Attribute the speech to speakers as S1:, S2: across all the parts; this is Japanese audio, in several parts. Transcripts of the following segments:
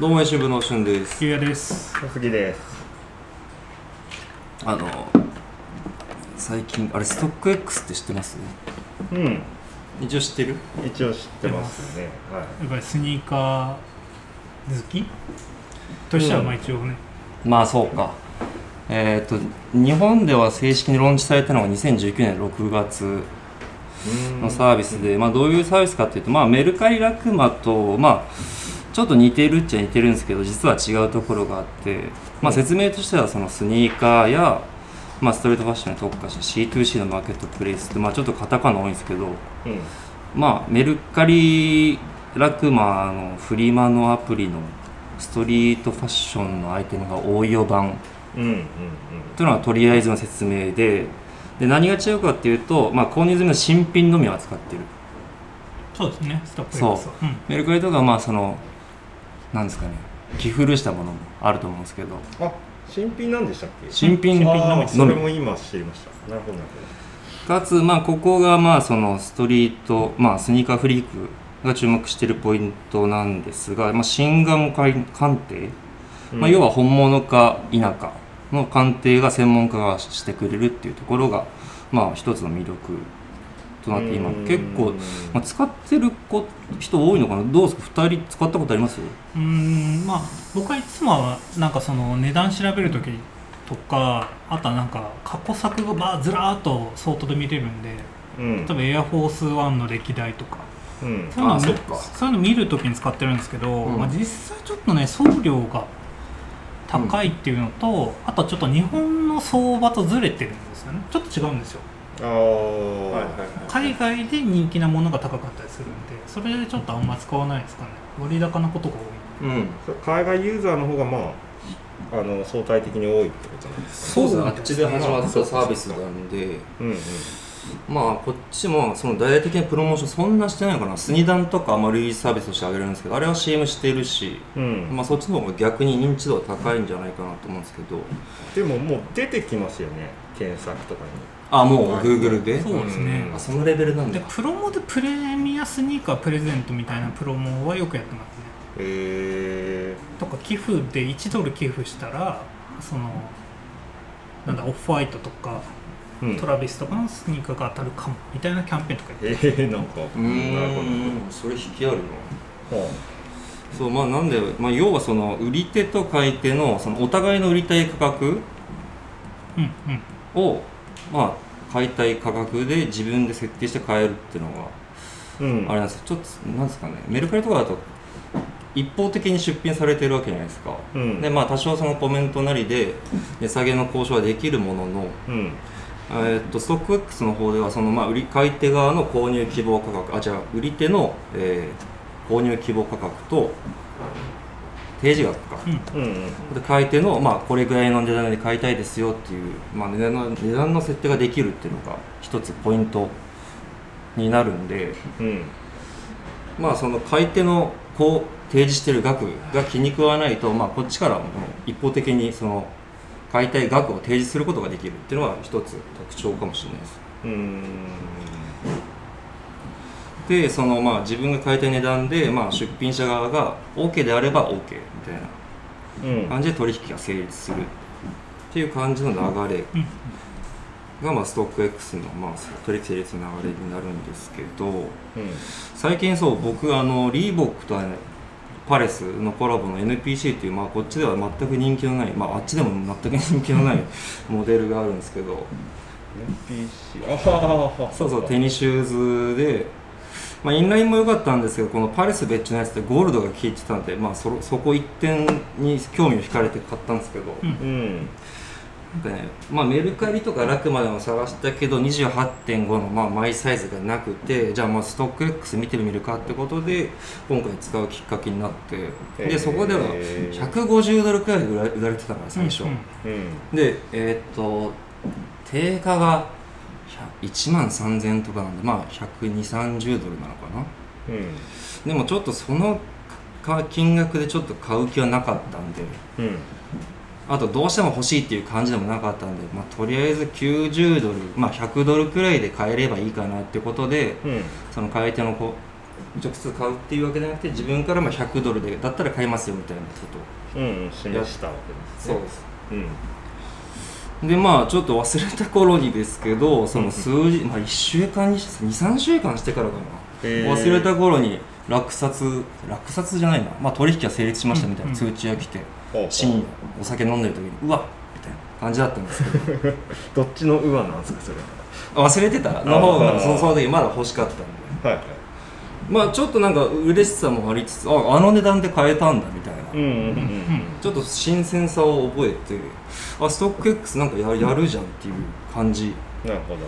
S1: どうも、しぶのしゅんです。
S2: ゆうやです。
S3: 小杉です
S1: あの、最近、あれ、ストック X って知ってます
S3: うん
S1: 一応知ってる
S3: 一応知ってますねは
S2: やっぱりスニーカー好きとしてはまあ一応ね、
S1: まあ、そうか。えっ、と、日本では正式にローンチされたのが2019年6月
S3: い
S1: のサービスで、まあ、どういうサービスかっていうと、まあ、メルカリラクマと、まあ、ちょっと似てるっちゃ似てるんですけど実は違うところがあって、まあ、説明としてはそのスニーカーや、まあ、ストリートファッションに特化した C2C のマーケットプレイスって、まあ、ちょっとカタカナ多いんですけど、
S3: うん
S1: まあ、メルカリラクマのフリマのアプリのストリートファッションのアイテムが応用版
S3: うんうん
S1: というのはとりあえずの説明でで何が違うかっていうと、まあ、購入済みの新品のみを扱ってる
S2: そうですねストップ
S1: そう
S2: エクスはうん
S1: メルカリとかはまあそのなんですかね着古したものもあると思うんですけど
S3: うんあ新品なんでしたっけ
S1: 新品
S3: あ
S1: の
S3: ー
S1: み
S3: それも今知りましたなるほどなる
S1: かつまあここがまあそのストリート、まあ、スニーカーフリークが注目しているポイントなんですが、まあ、新顔鑑定
S3: ほど
S1: まあ、要
S3: は
S1: は本物か否かの鑑定が専門家がしてくれるっていうところが、まあ、一つの魅力となって今結構、まあ、使ってる子人多いのかなどうですか2人使ったことあります
S2: うーんまあ僕はいつもはなんかその値段調べる時とかあとはなんか過去作がばーずらーっとソートで見れるんで
S3: うん
S2: 例えばエアフォースワンの歴代とか
S3: うん
S2: そういうの
S1: あ
S2: を
S1: そっ
S2: 見
S1: か
S2: そういうの見るときに使ってるんですけど、
S1: うん
S2: まあ、実際ちょっとね送料が高いっていうのと、あとはちょっと日本の相場とずれてるんですよねちょっと違うんですよ
S3: ああはいはい
S2: 海外で人気なものが高かったりするんでそれでちょっとあんま使わないですかね割高なことが多
S1: うん
S3: 海外ユーザーの方がまああの相対的に多いってことなんです
S1: そうですね
S2: そう
S1: あ
S2: なん
S1: っ
S2: で
S1: ち
S2: す
S1: で
S2: ね
S1: 始まったサービスなんで
S3: うんうん
S1: まあこっちもその大々的なプロモーションそんなしてないのかなスニダンとかまあ類似サービスとしてあげるんですけどあれは CM してるし、
S3: うん
S1: まあ、そっちの方が逆に認知度は高いんじゃないかなと思うんですけど
S3: でももう出てきますよね検索とかに
S1: あもう Google で、
S2: いそうですね
S1: あそのレベルなん
S2: い
S1: だ
S2: でプロモでプレミアスニーカープレゼントみたいなプロモはよくやってますね
S3: え
S2: とか寄付で1ドル寄付したらそのなんだオフホワイトとか
S3: えうん
S2: トラビスとかのスニーカーが当たるかもみたいなキャンペーンとかやって
S3: えー、なんか
S1: うー
S3: なるほどなる
S1: んそれ引きあるな
S3: ほどはあ
S1: そうまあなんで、まあ、要はその売り手と買い手のそのお互いの売りたい価格
S2: うんうん
S1: をまあ買いたい価格で自分で設定して買えるっていうのが
S3: うん、
S1: あれなんですちょっとなんですかねメルカリとかだと一方的に出品されてるわけじゃないですか、
S3: うん
S1: でまあ多少そのコメントなりで値下げの交渉はできるものの
S3: うん
S1: えーっとストック X の方ではその、まあ、売り買い手側の購入希望価格あじゃあ売り手の、えー購入希望価格と提示額か、
S2: うん
S3: うんうん
S1: で買い手の、まあ、これぐらいの値段で買いたいですよっていう、まあ、値段の値段の設定ができるっていうのが一つポイントになるんで、
S3: うん
S1: まあ、その買い手のこう提示してる額が気に食わないと、まあ、こっちからも一方的にその買いたい額を提示することができるっていうのは一つ特徴かもしれないです。
S3: うーん
S1: でそのまあ自分が買いたい値段で、まあ、出品者側が OK であれば OK みたい
S3: うん
S1: な感じで取引が成立するっていう感じの流れ
S2: うん
S1: が、まあ、ストック X の、まあ、取引成立の流れになるんですけど
S3: うん
S1: 最近そう僕あのリーボックとあのパレスのコラボの NPC っていう、まあ、こっちでは全く人気のない、まあ、あっちでも全く人気のない モデルがあるんですけど
S3: NPC ああ
S1: そうそうテニスシューズで、まあ、インラインも良かったんですけどこのパレス別注のやつってゴールドが効いてたんで、まあ、そそこ一点に興味を惹かれて買ったんですけど、
S2: うん
S3: うん
S1: なんかねまあ、メルカリとかラクマでも探したけど28.5のまあマイサイズがなくてじゃあまあストック X 見てみるかってことで今回使うきっかけになって
S3: へ
S1: で
S3: ー
S1: そこでは150ドルくらいで売ら売られてたから最初、
S2: うん
S3: うん
S1: でえーっと定価が1万3000円とかなんでまあ12030ドルなのかな
S3: うん
S1: でもちょっとそのか金額でちょっと買う気はなかったんで
S3: うん
S1: あとどうしても欲しいっていう感じでもなかったんで、まあ、とりあえず90ドル、まあ、100ドルくらいで買えればいいかなってことで
S3: うん
S1: その買い手のこ直接買うっていうわけじゃなくて自分からまあ100ドルでだったら買いますよみたいなことを
S3: うん、示したわけです、ね。
S1: す
S3: う。うん。
S1: でまあちょっと忘れた頃にですけどその数日、まあ、1週間に23週間してからかな、
S3: えー
S1: 忘れた頃に落札落札じゃないな、まあ、取引が成立しましたみたいな通知が来て、
S3: ほう
S1: 深夜お酒飲んでる時にうわっみたいな感じだったんですけ
S3: どっちのうわなんですか、それは。
S1: ど 忘れてたの方
S3: あー
S1: がそのその時まだ欲しかったんで
S3: はいはい。
S1: まあちょっとなんか嬉しさもありつつああの値段で買えたんだみたいな、
S3: うんうんうん
S1: ちょっと新鮮さを覚えてあストック X なんかややるじゃんっていう感じ、
S3: うん。なるほど。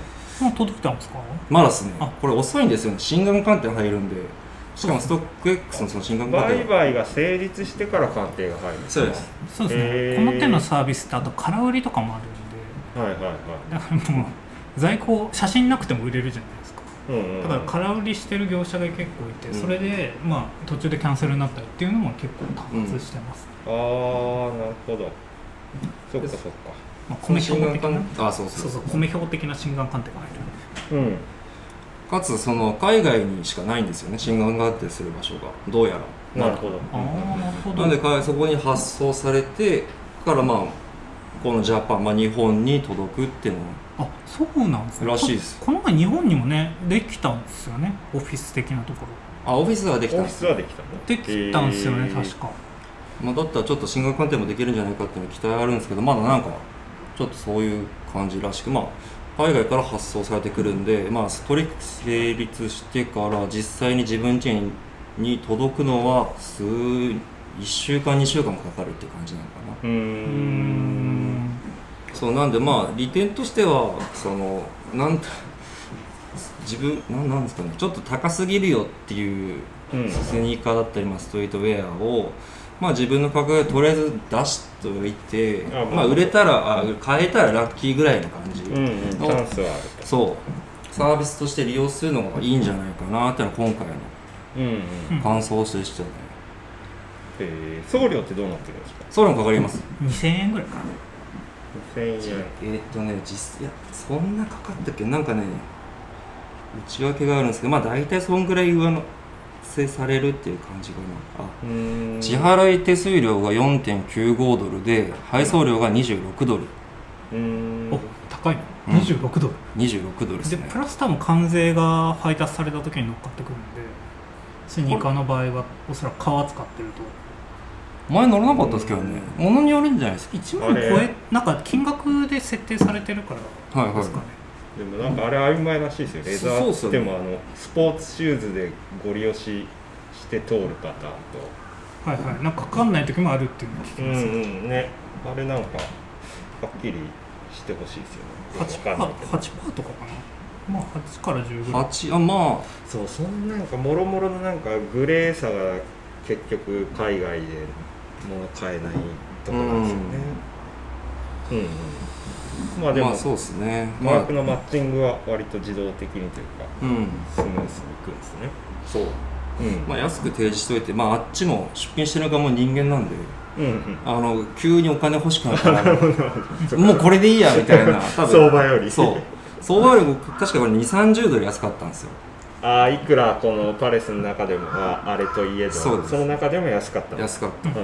S2: もう届いたんですか
S1: まだですね
S2: あ、
S1: これ遅いんですよね、新眼観点入るんで、しかもストック X のその新眼観
S3: 売
S1: 点、
S3: 買が成立してから鑑定が入るん
S1: そうです。
S2: そうですね、
S3: えー
S2: この手のサービスってあと空売りとかもあるんで
S3: はいはいはい。
S2: だからもう在庫写真なくても売れるじゃないですか
S3: うんうん。
S2: だから空売りしてる業者が結構いて
S1: うん
S2: それでまあ途中でキャンセルになったりっていうのも結構多発してます、
S3: あー、なるほど。そっかそっか。
S2: まあ、米
S1: 新
S2: 標
S1: 眼
S2: 的な
S1: 観あ、そう
S2: そ
S1: そううそ
S2: そ
S1: うう。
S2: 米標的な心眼鑑定が入る
S3: うん。
S1: かつ、その海外にしかないんですよね、新眼鑑定する場所が、どうやら。
S3: なるほど。
S2: ああなるほど
S1: なんでかそこに発送されて、からまあ、このジャパン、まあ、日本に届くっていうの
S2: あそうなんですね
S1: らしいです
S2: ここの前日本にもねできたんですよねオフィス的なところ
S1: あ、オフィスはでき
S3: オ
S1: たん
S3: フィ
S1: です、
S3: スはできたの
S2: できたんですよね、
S3: えー
S2: 確か
S1: まあ、だったらちょっと新眼鑑定もできるんじゃないかっていうの期待あるんですけど、まだなんか、ちょっとそういう感じらしく、まあ、海外から発送されてくるんで、まあ、取引成立してから実際に自分家に届くのは数1週間2週間もかかるっていう感じなのかな
S3: うー
S2: うー
S3: ん。
S2: ん
S1: そうなんでまあ利点としてはそのなん自分なんなんですかねちょっと高すぎるよっていう
S3: うん。
S1: スニーカーだったり、まあ、ストリートウェアを、まあ、自分の価格でとりあえず出しておいて
S3: あまあ
S1: まあ、売れたらあ買えたらラッキーぐらいの感じ、
S3: うんうん。チャンスはあると。
S1: そうサービスとして利用するのがいいんじゃないかなっていうのは今回の
S3: うんうん。
S2: うん
S1: 感想としてはね
S3: えー、送料ってどうなってるんですか
S1: 送料もかかります
S2: 2000円ぐらいかな
S3: ?2000 円。
S1: えーっとね実いやそんなかかったっけなんかね内訳があるんですけどまあ大体そんぐらい上乗せされるっていう感じかなあ
S3: うーん。
S1: 支払い手数料が4.95ドルで配送料が26ドル
S3: うーん。
S2: お高い
S1: うん
S2: の26ドル、
S1: 26ドルです
S2: で
S1: ね
S2: プラス多分関税が配達された時に乗っかってくるんでスニーカーの場合はおそらく革使ってると
S1: 前乗らなかったですけどねものによるんじゃないです
S2: 1万超
S3: あ
S2: え
S3: れ
S2: なんか金額で設定されてるから
S1: かはいは
S2: で
S1: い
S2: すかね、
S3: でもなんかあれ曖昧らしいですよレザ
S1: そうっ
S3: ーっつ
S1: す
S3: っ
S1: よ
S3: て
S1: ね
S3: もあのスポーツシューズでご利用しして通るパターンと
S2: はいはいなんかかかんない時もあるっていうのを聞き
S3: う
S2: ます、
S3: んうんねあれなんかはっきりしてほしいですよ
S2: 8
S3: ね
S2: パ
S3: わかんない
S2: ー
S3: けど
S2: 8パーとかかなまあ8から10ぐらい
S1: 8あま
S3: そうそんなんかもろもろのなんかグレーさが結局海外で物買えないとこなんですよねうんうんまあ
S1: あ
S3: でも、
S1: まあそうですね
S3: 価
S1: まあ
S3: 格のマッチングは割と自動的にというか
S1: うん
S3: スムースにいくんですね
S1: そう
S3: うん、
S1: まあ安く提示しといてまああっちも出品してる側も人間なんで
S3: うんうん
S1: あの急にお金欲しくな ったらもうこれでいいやみたいな多分
S3: 相場より
S1: そう相場よりも確かこれ2 3 0ドル安かったんですよ
S3: ああいくらこのパレスの中でもああれといえど
S1: そうです
S3: の中でも安かった
S1: 安かっ
S3: うんうん
S1: た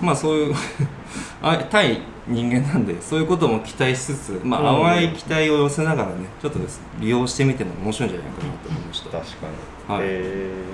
S1: まあそういう あ対人間なんでそういうことも期待しつつ、ま
S3: うん
S1: あ、淡い期待を寄せながらねちょっとです利用してみても面白いんじゃないかなと思いました
S3: 確かに、
S1: はい
S3: え